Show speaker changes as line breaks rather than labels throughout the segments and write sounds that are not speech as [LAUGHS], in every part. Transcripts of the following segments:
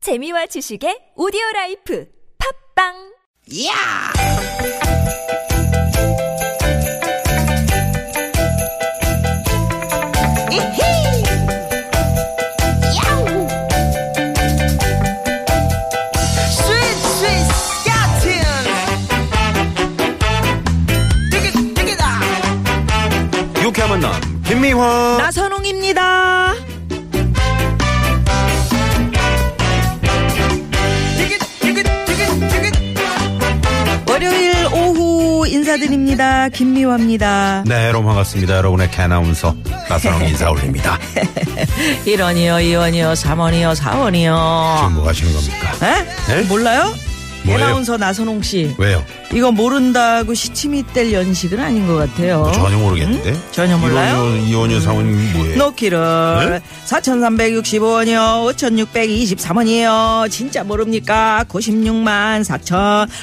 재미와 지식의 오디오 라이프 팝빵
이야! 이히! 야우! 스윗, 스윗, 야틴! 되게, 되게다!
유쾌한 만남 김미화
나선홍입니다! 되게, 되게, 되게, 되게!
월요일 오후 인사드립니다. 김미화입니다.
네 여러분 반갑습니다 여러분의 개나운서 나선홍 인사
[LAUGHS]
올립니다
일원이요이원이요삼원이요사원이요
지금 뭐 하시는 겁니까
에?
에?
몰라요?
네? 뭐예요?
예나운서 나선홍 씨.
왜요
이거 모른다고 시침이 뗄 연식은 아닌 것 같아요.
뭐 전혀 모르겠는데
어? 전혀 몰라요?
이원유 사원님 뭐예요 네?
노키를 4,365원이요. 5,623원이에요. 진짜 모릅니까? 96만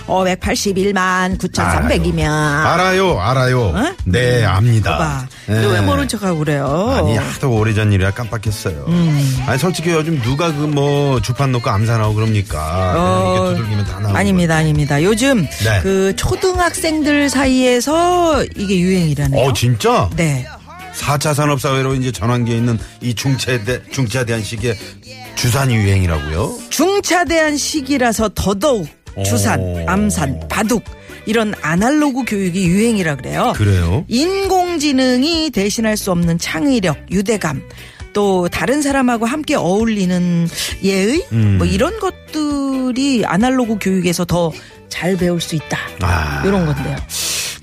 4,581만 9,300이면.
알아요 알아요
어?
네
봐.
압니다
근데
예.
왜 모른 척하고 그래요?
아니 하도 오래전 일이라 깜빡했어요
음.
아니 솔직히 요즘 누가 그 뭐 주판 놓고 암산하고 그럽니까
어,
이게 두들기면 다 나오고
아닙니다, 아닙니다. 요즘
네.
그 초등학생들 사이에서 이게 유행이라네요.
어 진짜
네.
4차 산업사회로 이제 전환기에 있는 이 중차대 중차대한 시기의 주산 유행이라고요
중차대한 시기라서 더더욱
오.
주산, 암산, 바둑 이런 아날로그 교육이 유행이라 그래요.
그래요
인공지능이 대신할 수 없는 창의력, 유대감, 또 다른 사람하고 함께 어울리는 예의
음.
뭐 이런 것들이 아날로그 교육에서 더 잘 배울 수 있다.
아.
이런 건데요.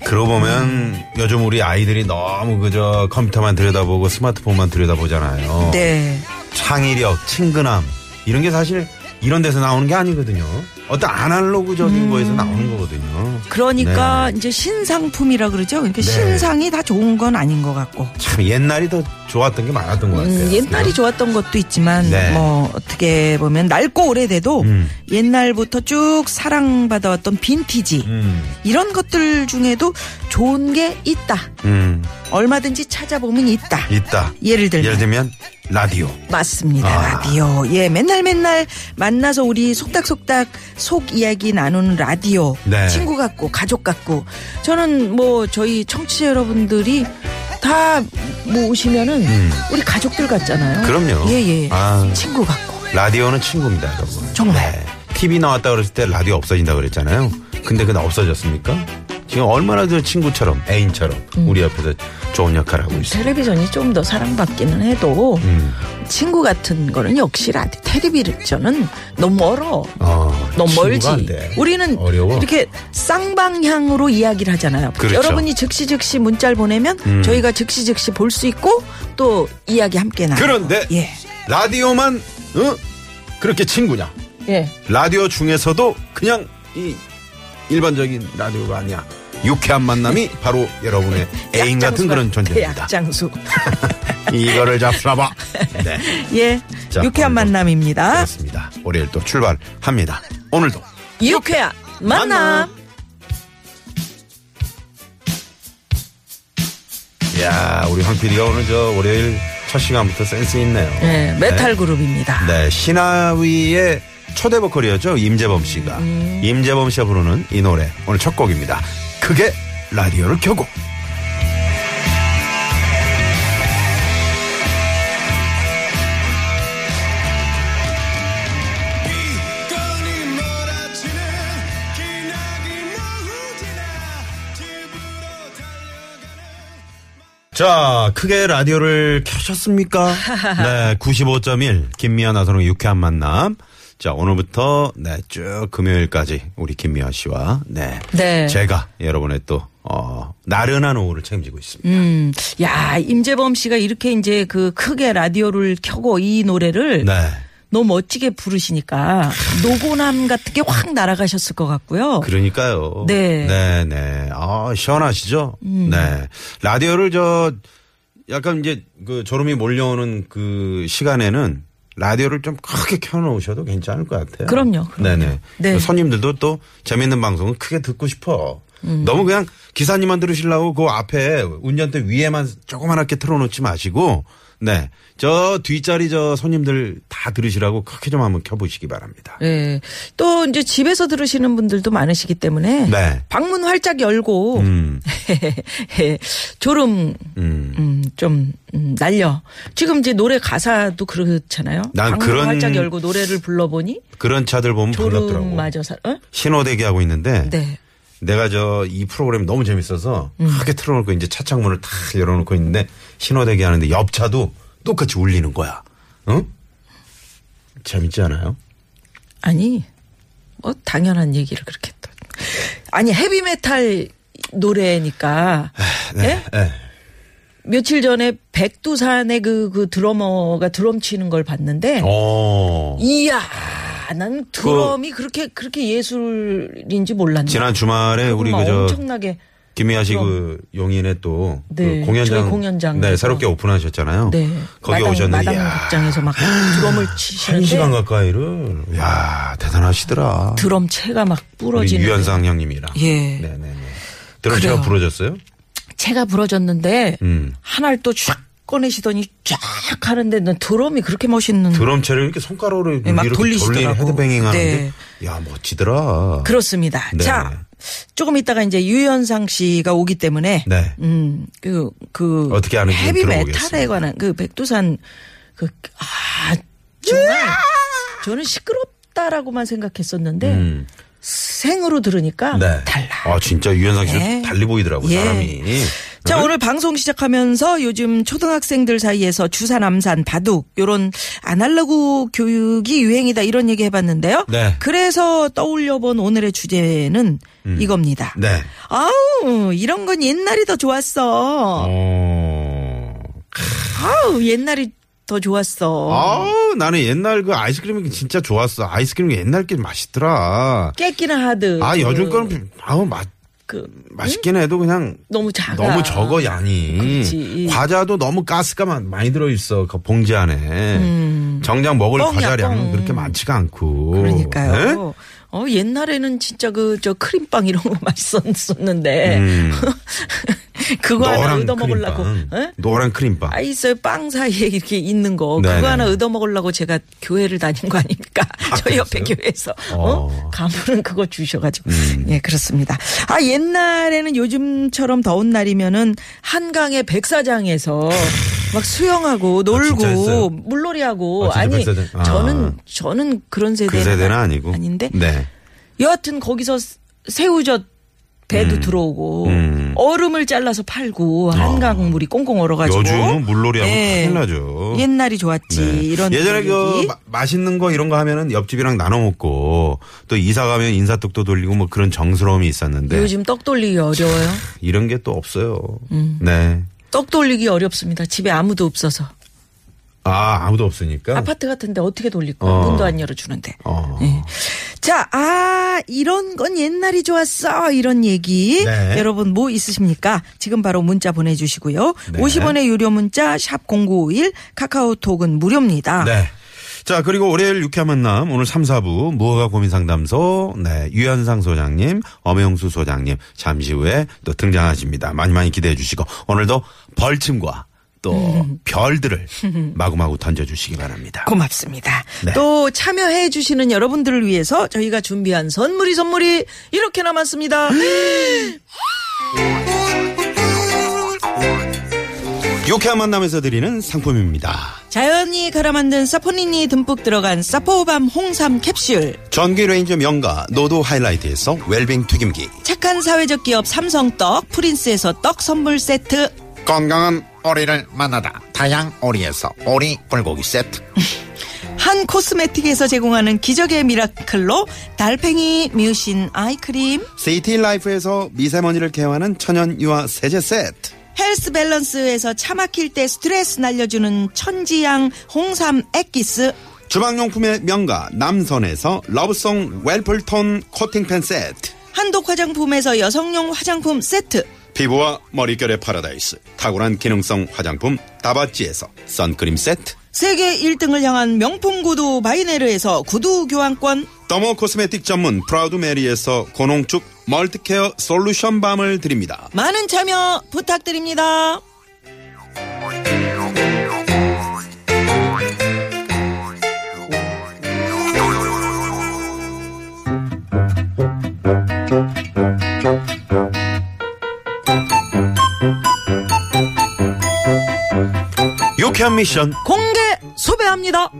그러고 보면 요즘 우리 아이들이 너무 그저 컴퓨터만 들여다보고 스마트폰만 들여다보잖아요.
네.
창의력, 친근함 이런 게 사실 이런 데서 나오는 게 아니거든요. 어떤 아날로그적인
음.
거에서 나오는 거거든요. 네.
그러니까 이제 신상품이라 그러죠. 그러니까 신상이 다 좋은 건 아닌 것 같고.
참 옛날이 더 좋았던 게 많았던 것 같아요.
음, 옛날이 좋았던 것도 있지만
네. 음.
뭐 어떻게 보면 낡고 오래돼도 옛날부터 쭉 사랑받아왔던 빈티지
음,
이런 것들 중에도 좋은 게 있다.
음,
얼마든지 찾아보면 있다.
있다.
예를 들면
예를 들면 라디오.
맞습니다.
아.
라디오. 예, 맨날 맨날 만나서 우리 속닥속닥 속 이야기 나누는 라디오.
네.
친구 같고 가족 같고. 저는 뭐 저희 청취자 여러분들이 다 모으시면은 우리 가족들 같잖아요.
음. 그럼요.
예, 예.
아.
친구 같고.
라디오는 친구입니다, 여러분.
정말.
TV 나왔다 그랬을 때 라디오 없어진다 그랬잖아요. 근데 그게 없어졌습니까? 지금 얼마나 더 친구처럼, 애인처럼
음.
우리 옆에서 좋은 역할을 하고 있어요.
텔레비전이 좀 더 사랑받기는 해도
음.
친구 같은 거는 역시 라디오 텔레비전은 너무 멀어.
어,
너무
친구가
멀지.
안 돼.
우리는
어려워.
이렇게 쌍방향으로 이야기를 하잖아요.
그렇죠. 음.
여러분이 즉시 즉시 문자를 보내면 저희가 즉시 즉시 볼 수 있고 또 이야기 함께 나누고.
그런데
예.
라디오만 어? 그렇게 친구냐?
예.
라디오 중에서도 그냥 이 일반적인 라디오가 아니야. 유쾌한 만남이 바로
[LAUGHS]
여러분의 애인 같은 그런 존재입니다.
약장수.
이거를
[LAUGHS]
잡수라봐. 네.
예.
자,
유쾌한
오늘도
만남입니다.
그렇습니다. 월요일 또 출발합니다. 오늘도
유쾌한 만남.
야 우리 황 PD가 오늘 저 월요일 첫 시간부터 센스 있네요.
예, 메탈 그룹입니다.
네, 신하위의 초대 보컬이었죠 임재범 씨가 임재범 씨가 부르는 이 노래 오늘 첫 곡입니다. 그게 라디오를 켜고 자, 크게 라디오를 켜셨습니까? 네, 95.1 김미아 나선홍 유쾌한 만남. 자, 오늘부터 네, 쭉 금요일까지 우리 김미아 씨와 네.
네.
제가 여러분의 또 어, 나른한 오후를 책임지고 있습니다.
음, 야, 임재범 씨가 이렇게 이제 그 크게 라디오를 켜고 이 노래를
네.
너무 멋지게 부르시니까 노고남 같은 게 확 날아가셨을 것 같고요.
그러니까요.
네. 음.
네, 네. 아, 시원하시죠? 네. 라디오를 저 약간 이제 그 졸음이 몰려오는 그 시간에는 라디오를 좀 크게 켜놓으셔도 괜찮을 것 같아요.
그럼요, 그럼요.
네네.
네.
손님들도 또 재밌는 방송은 크게 듣고 싶어.
음.
너무 그냥 기사님만 들으시려고 그 앞에 운전대 위에만 조그만하게 틀어놓지 마시고 네. 저 뒷자리 저 손님들 다 들으시라고 크게 좀 한번 켜보시기 바랍니다.
예. 또 이제 집에서 들으시는 분들도 많으시기 때문에
네.
방문 활짝 열고 [LAUGHS] 예,
음,
졸음
음.
음, 좀 음, 날려. 지금 이제 노래 가사도 그렇잖아요.
난
방문
그런-
활짝 열고 노래를 불러보니
그런 차들 보면
졸음
반갑더라고.
마저 살. 어?
신호 대기하고 있는데
네.
내가 저 이 프로그램 너무 재밌어서
음.
크게 틀어놓고 이제 차 창문을 탁 열어놓고 있는데 신호 대기하는데 옆 차도 똑같이 울리는 거야. 응? 재밌지 않아요?
아니 뭐 당연한 얘기를 그렇게 또. 아니 헤비메탈 노래니까. 예?
예.
며칠 전에 백두산의 그, 그 드러머가 드럼 치는 걸 봤는데
어.
이야 난 드럼이 그, 렇게 그렇게 예술인지 몰랐네.
지난 주말에 우리
정말
그저
엄청나게
김희아 씨
그럼.
그 용인에 또그
네,
공연장,
저희 공연장
네
가서.
새롭게 오픈하셨잖아요.
네
거기
마당,
오셨는데
마당
야,
극장에서 막 드럼을
한 시간
치시는데
가까이를 야 대단하시더라.
드럼 채가 막
우리
부러지는
유현상 형님이랑
예.
네네네. 드럼 제가
그래요. 음.
부러졌어요?
채가 부러졌는데
음.
하나를 또 쫙 꺼내시더니 쫙 하는데 난 드럼이 그렇게 멋있는
드럼 채를 이렇게 손가락으로
예, 막
이렇게 돌리는
돌리시더라고. 네.
헤드뱅잉 하는데 야 멋지더라.
그렇습니다.
네.
자 조금 있다가 이제 유현상 씨가 오기 때문에
네.
음, 그, 그.
어떻게 하는지 좀
헤비 메탈에
들어보겠습니다.
관한 그 백두산 그, 아, 정말 저는 시끄럽다라고만 생각했었는데
음.
생으로 들으니까
네.
달라.
아 진짜 유현상 씨도
네.
달리 보이더라고 요
예.
사람이.
자, 오늘 방송 시작하면서 요즘 초등학생들 사이에서 주산, 암산, 바둑, 요런 아날로그 교육이 유행이다 이런 얘기 해봤는데요.
네.
그래서 떠올려본 오늘의 주제는 이겁니다.
네.
아우, 이런 건 옛날이 더 좋았어.
어.
아우 옛날이 더 좋았어.
아우 나는 옛날 그 아이스크림이 진짜 좋았어. 아이스크림이 옛날 게 맛있더라.
깨끼나 하드.
아
그,
요즘 거는 아우 맛
그
맛있긴 해도 그냥
너무 작아.
너무 적어 양이.
그렇지.
과자도 너무 가스가 많- 많이 들어 있어 그 봉지 안에. 정작 먹을
음. 뻥이야,
과자량은
뻥.
그렇게 많지가 않고.
그러니까요.
네?
어 옛날에는 진짜 그 저 크림빵 이런 거 [LAUGHS] 맛있었는데
음.
[LAUGHS] 그거 하나
노란
얻어 먹으려고.
크림빵. 노란 크림빵.
아 있어요 빵 사이에 이렇게 있는 거
네네.
그거 하나 얻어 먹으려고 제가 교회를 다닌 거 아닙니까? 저 옆에
그랬어요?
교회에서 어
어. 음.
가물은 그거 주셔가지고 예 그렇습니다. 아 옛날에는 요즘처럼 더운 날이면은 한강의 백사장에서 막 수영하고 놀고
아, 했어요?
물놀이하고
아, 진짜
니
백사장? 아.
저는 저는 그런
그
세대는,
세대는
아-
아니고.
아닌데
네.
여하튼 거기서 새우젓 배도 들어오고
음.
얼음을 잘라서 팔고 한강 물이 꽁꽁 얼어가지고
요즘은 물놀이하면
예.
큰일 나죠.
옛날이 좋았지
네.
이런
예전에 그
얘기.
마- 맛있는 거 이런 거 하면은 옆집이랑 나눠 먹고 또 이사 가면 인사떡도 돌리고 뭐 그런 정스러움이 있었는데
요즘 떡 돌리기 어려워요.
이런 게 또 없어요.
음.
네.
떡 돌리기 어렵습니다. 집에 아무도 없어서
아 아무도 없으니까.
아파트 같은데 어떻게 돌릴까? 요
어.
문도 안 열어주는데.
어.
예. 자, 아, 이런 건 옛날이 좋았어. 이런 얘기.
네.
여러분 뭐 있으십니까? 지금 바로 문자 보내주시고요.
네.
50원의 유료 문자, 샵0951, 카카오톡은 무료입니다.
네. 자 그리고 월요일 유쾌한 만남 오늘 3, 4부 무허가 고민 상담소 네 유현상 소장님 엄영수 소장님 잠시 후에 또 등장하십니다. 많이 많이 기대해 주시고 오늘도 벌침과 또 별들을 마구마구 던져주시기 바랍니다.
고맙습니다.
네.
또 참여해 주시는 여러분들을 위해서 저희가 준비한 선물이 선물이 이렇게 남았습니다.
유쾌한 만남에서 드리는 상품입니다.
[GASPS] 자연이 갈아 만든 사포닌이 듬뿍 들어간 사포밤 홍삼 캡슐.
전기 레인저 명가 노도 하이라이트에서 웰빙 튀김기
착한 사회적 기업 삼성떡 프린스에서 떡 선물 세트.
건강한 오리를 만나다 다양 오리에서 오리 불고기 세트
한 코스메틱에서 제공하는 기적의 미라클로 달팽이 뮤신 아이크림
세이티 라이프에서 미세먼지를 개화하는 천연 유화 세제 세트
헬스 밸런스에서 차 막힐 때 스트레스 날려주는 천지양 홍삼 액기스
주방용품의 명가 남선에서 러브송 웰플톤 코팅팬 세트
한독 화장품에서 여성용 화장품 세트
피부와 머릿결의 파라다이스 탁월한 기능성 화장품 다바찌에서 선크림 세트
세계 1등을 향한 명품 구두 바이네르에서 구두 교환권
더모 코스메틱 전문 프라우드 메리에서 고농축 멀티케어 솔루션 밤을 드립니다
많은 참여 부탁드립니다.
유쾌한 미션.
공개 수배합니다.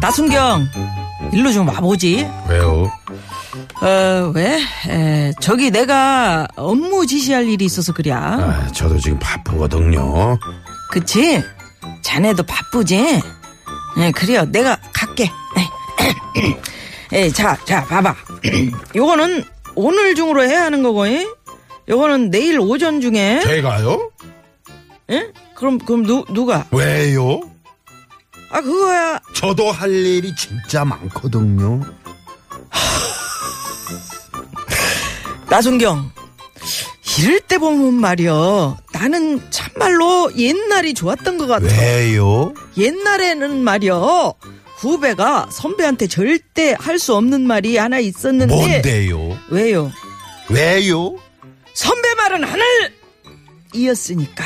나순경, 일로 좀 와보지.
왜요?
어, 왜? 에, 저기 내가 업무 지시할 일이 있어서 그랴.
아, 저도 지금 바쁘거든요.
그치? 자네도 바쁘지? 예, 그래요. 내가 갈게. [CLEARS THROAT] 네. 예, 자, 자, 봐봐. [CLEARS THROAT] 요거는 오늘 중으로 해야 하는 거고, 예? 요거는 내일 오전 중에.
제가요?
예? 그럼, 그럼 누, 누가?
왜요?
아, 그거야.
저도 할 일이 진짜 많거든요.
나순경. 이럴 때 보면 말이요. 나는 참말로 옛날이 좋았던 것 같아.
왜요?
옛날에는 말이요. 후배가 선배한테 절대 할 수 없는 말이 하나 있었는데.
뭔데요?
왜요?
왜요?
선배 말은 하늘! 이었으니까.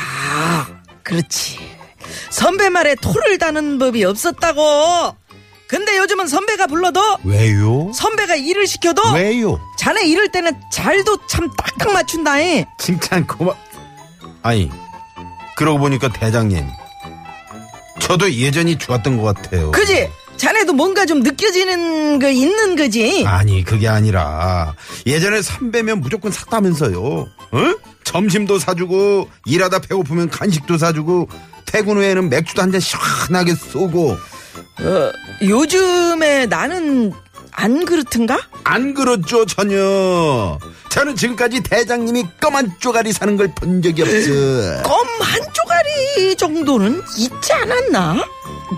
그렇지. 선배 말에 토를 다는 법이 없었다고. 근데 요즘은 선배가 불러도
왜요?
선배가 일을 시켜도
왜요?
자네 이럴 때는 잘도 참 딱딱 맞춘다. 잉
칭찬 고마. 아니 그러고 보니까 대장님 저도 예전이 좋았던 것 같아요.
그지? 자네도 뭔가 좀 느껴지는 거 있는 거지.
아니 그게 아니라 예전에 선배면 무조건 샀다면서요. 응? 점심도 사주고 일하다 배고프면 간식도 사주고 퇴근 후에는 맥주도 한 잔 시원하게 쏘고
어, 요즘에 나는 안 그렇든가?
안 그렇죠 전혀. 저는 지금까지 대장님이 까만 쪼가리 사는 걸 본 적이 [LAUGHS] 없어.
껌 한 쪼가리 정도는 있지 않았나?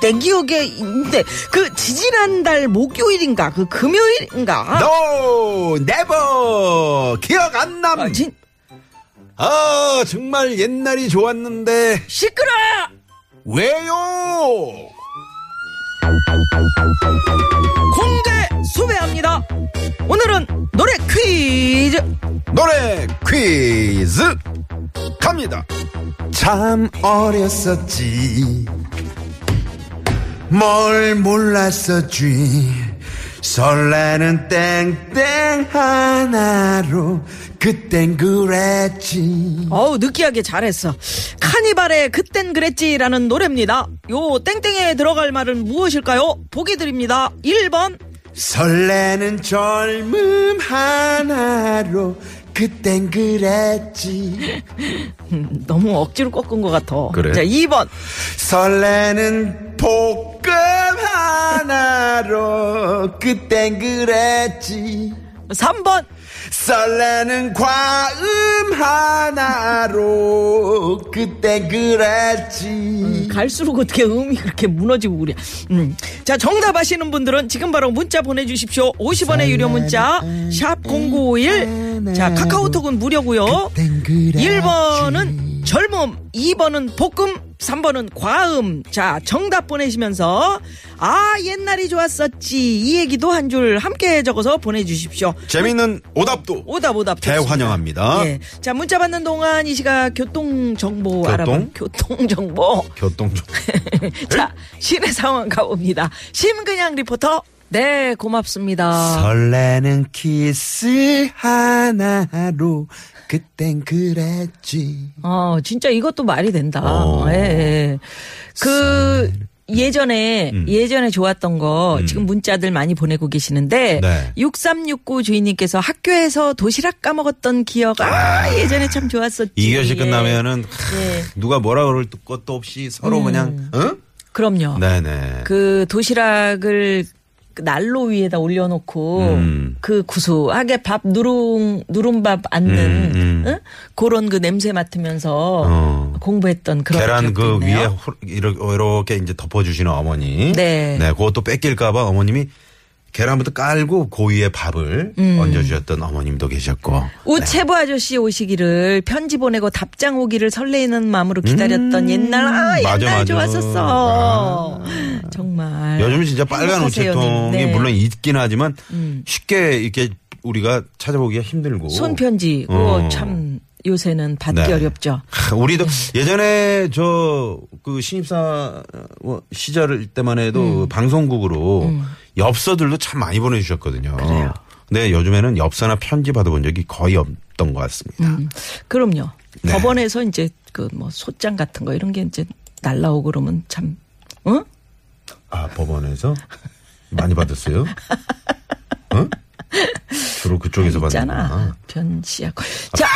내 기억에 있는데 그 지지난달 목요일인가 그 금요일인가?
No, never 기억 안 남.
아, 진
아 정말 옛날이 좋았는데
시끄러!
왜요?
공개 수배합니다. 오늘은 노래 퀴즈.
노래 퀴즈 갑니다. 참 어렸었지 뭘 몰랐었지 설레는 땡땡 하나로 그땐 그랬지
어우 느끼하게 잘했어. 카니발의 그땐 그랬지라는 노래입니다. 요 땡땡에 들어갈 말은 무엇일까요? 보기 드립니다. 1번
설레는 젊음 하나로 그땐 그랬지
너무 억지로 꺾은 것 같아.
그래?
자, 2번
설레는 볶음 하나로 그땐 그랬지
3번
설레는 과음 하나로 그땐 그랬지
갈수록 어떻게 음이 그렇게 무너지고 그래. 음. 자, 정답 아시는 분들은 지금 바로 문자 보내주십시오. 50원의 유료 문자, 샵0951. 자, 카카오톡은 무료고요 1번은 젊음, 2번은 볶음, 3번은 과음. 자, 정답 보내시면서, 아, 옛날이 좋았었지. 이 얘기도 한 줄 함께 적어서 보내주십시오.
재밌는 오답도
오답, 오답. 좋습니다.
대환영합니다
예. 자, 문자 받는 동안 이 시각 교통정보
교통?
알아보 교통정보.
교통 좀 [LAUGHS] 네?
자, 시내 상황 가봅니다. 심근양 리포터. 네, 고맙습니다.
설레는 키스 하나로 그땐 그랬지
어, 진짜 이것도 말이 된다.
어.
예, 예. 그, 예전에,
음.
예전에 좋았던 거, 지금 문자들 많이 보내고 계시는데,
네.
6369 주인님께서 학교에서 도시락 까먹었던 기억, 아, 예전에 참 좋았었지.
이 교시
예.
끝나면은
예.
누가 뭐라 그럴 것도 없이 서로 그냥 응?
그럼요.
네네
그 도시락을 그 난로 위에다 올려놓고
음.
그 구수하게 밥 누룽 누룽밥 앉는
음, 음.
응? 그런 그 냄새 맡으면서
어.
공부했던 그런
계란
기억도
그
있네요.
위에 호- 이렇게 이렇게 이제 덮어주시는 어머니
네.
그것도 뺏길까봐 어머님이 계란부터 깔고 그 위에 밥을
음.
얹어주셨던 어머님도 계셨고
우체부 아저씨 오시기를 편지 보내고 답장 오기를 설레이는 마음으로 기다렸던 옛날
맞아,
아 옛날
맞아. 아.
좋았었어 정말
요즘은 진짜 빨간
네. 행복하세요,
우체통이
님. 네. 음.
물론 있긴 하지만 쉽게 이렇게 우리가 찾아보기가 힘들고
손편지 그거
어.
참 요새는 받기
네.
어렵죠
하, 우리도 예전에 저 그 신입사 뭐 시절 때만
음.
해도 방송국으로 엽서들도 참 많이 보내주셨거든요. 근데 요즘에는 엽서나 편지 받아본 적이 거의 없다 있었던 것 같습니다.
음. 그럼요.
네.
법원에서 이제 그 뭐 소장 같은 거 이런 게 이제 날라오고 그러면 참, 어? 응?
아 법원에서 많이 받았어요? 응? 주로 그쪽에서
[LAUGHS] 있잖아.
받는구나.
변씨야. [LAUGHS] 자,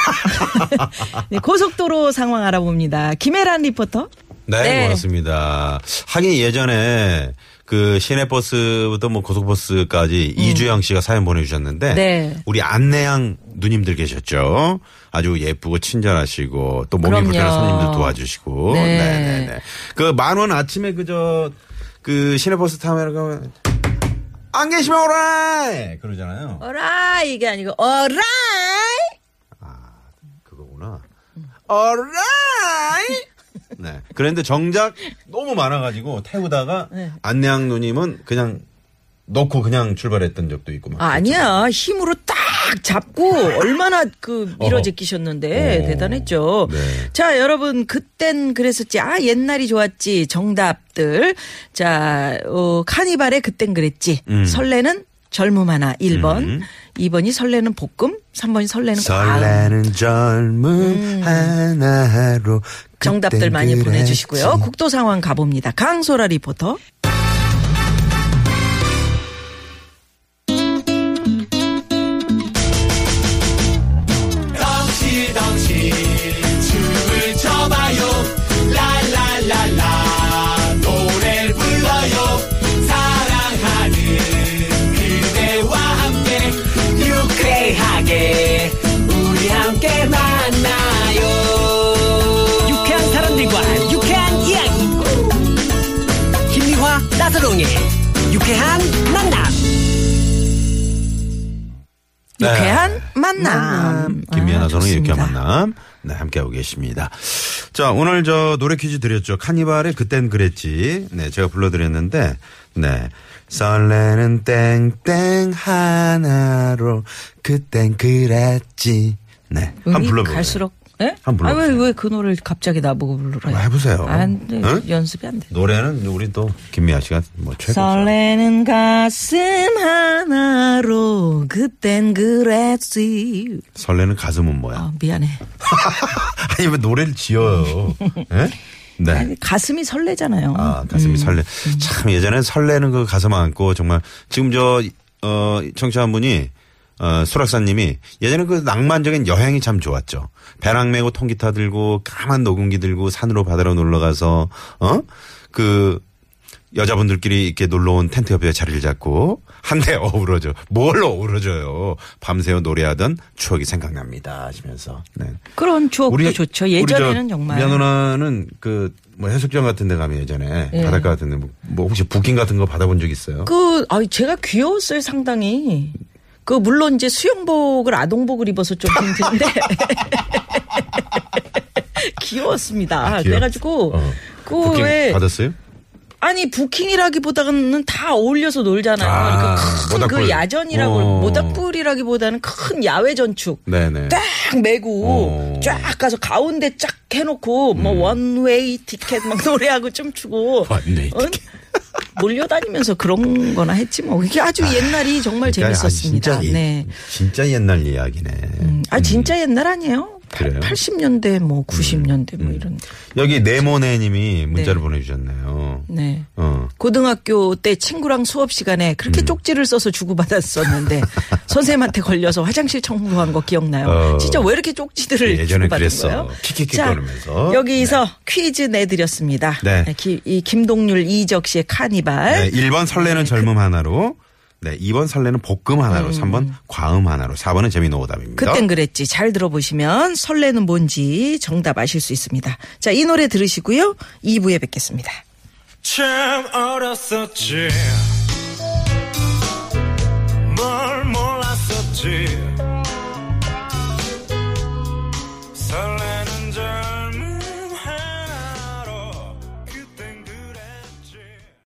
네, 고속도로 상황 알아봅니다. 김혜란 리포터.
네,
네.
고맙습니다. 하긴 예전에 그 시내버스부터 뭐 고속버스까지 이주영 씨가 사연 보내주셨는데
음. 네.
우리 안내양 누님들 계셨죠. 아주 예쁘고 친절하시고 또 몸이
그럼요.
불편한 손님들 도와주시고.
네.
네네네. 그 만 원 아침에 그저 그 시내버스 타면 안 계시면 오라이 그러잖아요.
어라 이게 아니고 어라.
그거구나. alright.
[LAUGHS]
네. 그런데 정작 너무 많아가지고 태우다가
네.
안내양 누님은 그냥 넣고 그냥 출발했던 적도 있고 막.
아니야 힘으로 딱 잡고 얼마나 그 밀어제끼셨는데
어.
대단했죠.
네.
자 여러분 그땐 그랬었지 아 옛날이 좋았지 정답들 자 어, 카니발의 그땐 그랬지
음.
설레는 젊음 하나 1번 2번이 설레는 볶음 3번이 설레는 과음
설레는 젊음 하나로
정답들
그땐
많이
그랬지.
보내주시고요. 국도 상황 가봅니다. 강소라 리포터.
유쾌하게 우리 함께 만나요 유쾌한 사람들과 유쾌한 이야기 김미화 나서롱의 유쾌한 만남
네.
유쾌한 만남.
김미아나 저는
좋습니다.
유쾌한 만남. 네, 함께하고 계십니다. 자, 오늘 저 노래 퀴즈 드렸죠. 카니발의 그땐 그랬지. 네, 제가 불러드렸는데, 네. 설레는 땡땡 하나로 그땐 그랬지. 네. 한번
음이
불러보세요.
갈수록 예?
한번 불러보세요.
아왜 왜 그 노래를 갑자기 나보고 불러요?
한번 아, 해보세요.
안 돼.
응?
연습이 안 돼.
노래는 우리 또 김미아 씨가 뭐 최고.
설레는 가슴 하나로 그땐 그랬지.
설레는 가슴은 뭐야?
아, 미안해.
아니, 왜 노래를 지어요? 네? 네.
아니, 가슴이 설레잖아요.
아, 가슴이 설레. 참 예전에 설레는 그 가슴 안고 정말 지금 저, 어, 청취한 분이 어, 수락사님이 예전에 그 낭만적인 여행이 참 좋았죠. 배낭 메고 통기타 들고 까만 녹음기 들고 산으로 바다로 놀러 가서 어? 그 여자분들끼리 이렇게 놀러 온 텐트 옆에 자리를 잡고 한 대 어우러져. 뭘 어우러져요. 밤새워 노래하던 추억이 생각납니다 하시면서. 네.
그런 추억도 좋죠. 예전에는
우리 저
정말.
미아 누나는 그 뭐 해수욕장 같은 데 가면 예전에
예.
바닷가 같은 데 뭐, 뭐 혹시 부킹 같은 거 받아본 적 있어요?
그, 아 제가 귀여웠어요, 상당히. 그, 물론 이제 수영복을 아동복을 입어서 좀 힘든데. [LAUGHS] 귀여웠습니다.
아, 귀여웠어.
그래가지고,
어.
그,
부킹
왜.
받았어요?
아니, 부킹이라기보다는 다 어울려서 놀잖아요.
아,
그러니까 큰
모닥불.
그 야전이라고,
어.
모닥불이라기보다는 큰 야외 전축.
네네.
딱 메고
어. 음.
쫙 가서 가운데 쫙 해놓고 뭐 원웨이 티켓 막 [LAUGHS] 노래하고 춤추고
원웨이
응? 몰려다니면서 그런 거나 했지 뭐 이게 아주 옛날이 정말
그러니까, 아,
재밌었습니다.
진짜, 예-
네.
진짜 옛날 이야기네.
음, 아 진짜 옛날 아니에요?
그래요? 음.
80년대 뭐 90년대 뭐 이런.
여기 네모네님이 문자를 보내주셨네요.
네.
어.
고등학교 때 친구랑 수업 시간에 그렇게
음.
쪽지를
[LAUGHS]
써서 주고받았었는데 선생님한테 걸려서 화장실 청소한 거 기억나요?
어.
진짜 왜 이렇게 쪽지들을
예전에
주고받은
그랬어.
거예요?
킥킥킥
자,
거리면서.
여기서 퀴즈 내드렸습니다.
네.
기- 이 김동률 이적 씨의
네,
카니발.
1번
그
설레는 젊음 하나로, 네, 2번 설레는 볶음 하나로, 3번 과음 하나로, 4번은 재미노 오답입니다.
그땐 그랬지. 잘 들어보시면 설레는 뭔지 정답 아실 수 있습니다. 자, 이 노래 들으시고요. 2부에 뵙겠습니다.
참 어렸었지 뭘 몰랐었지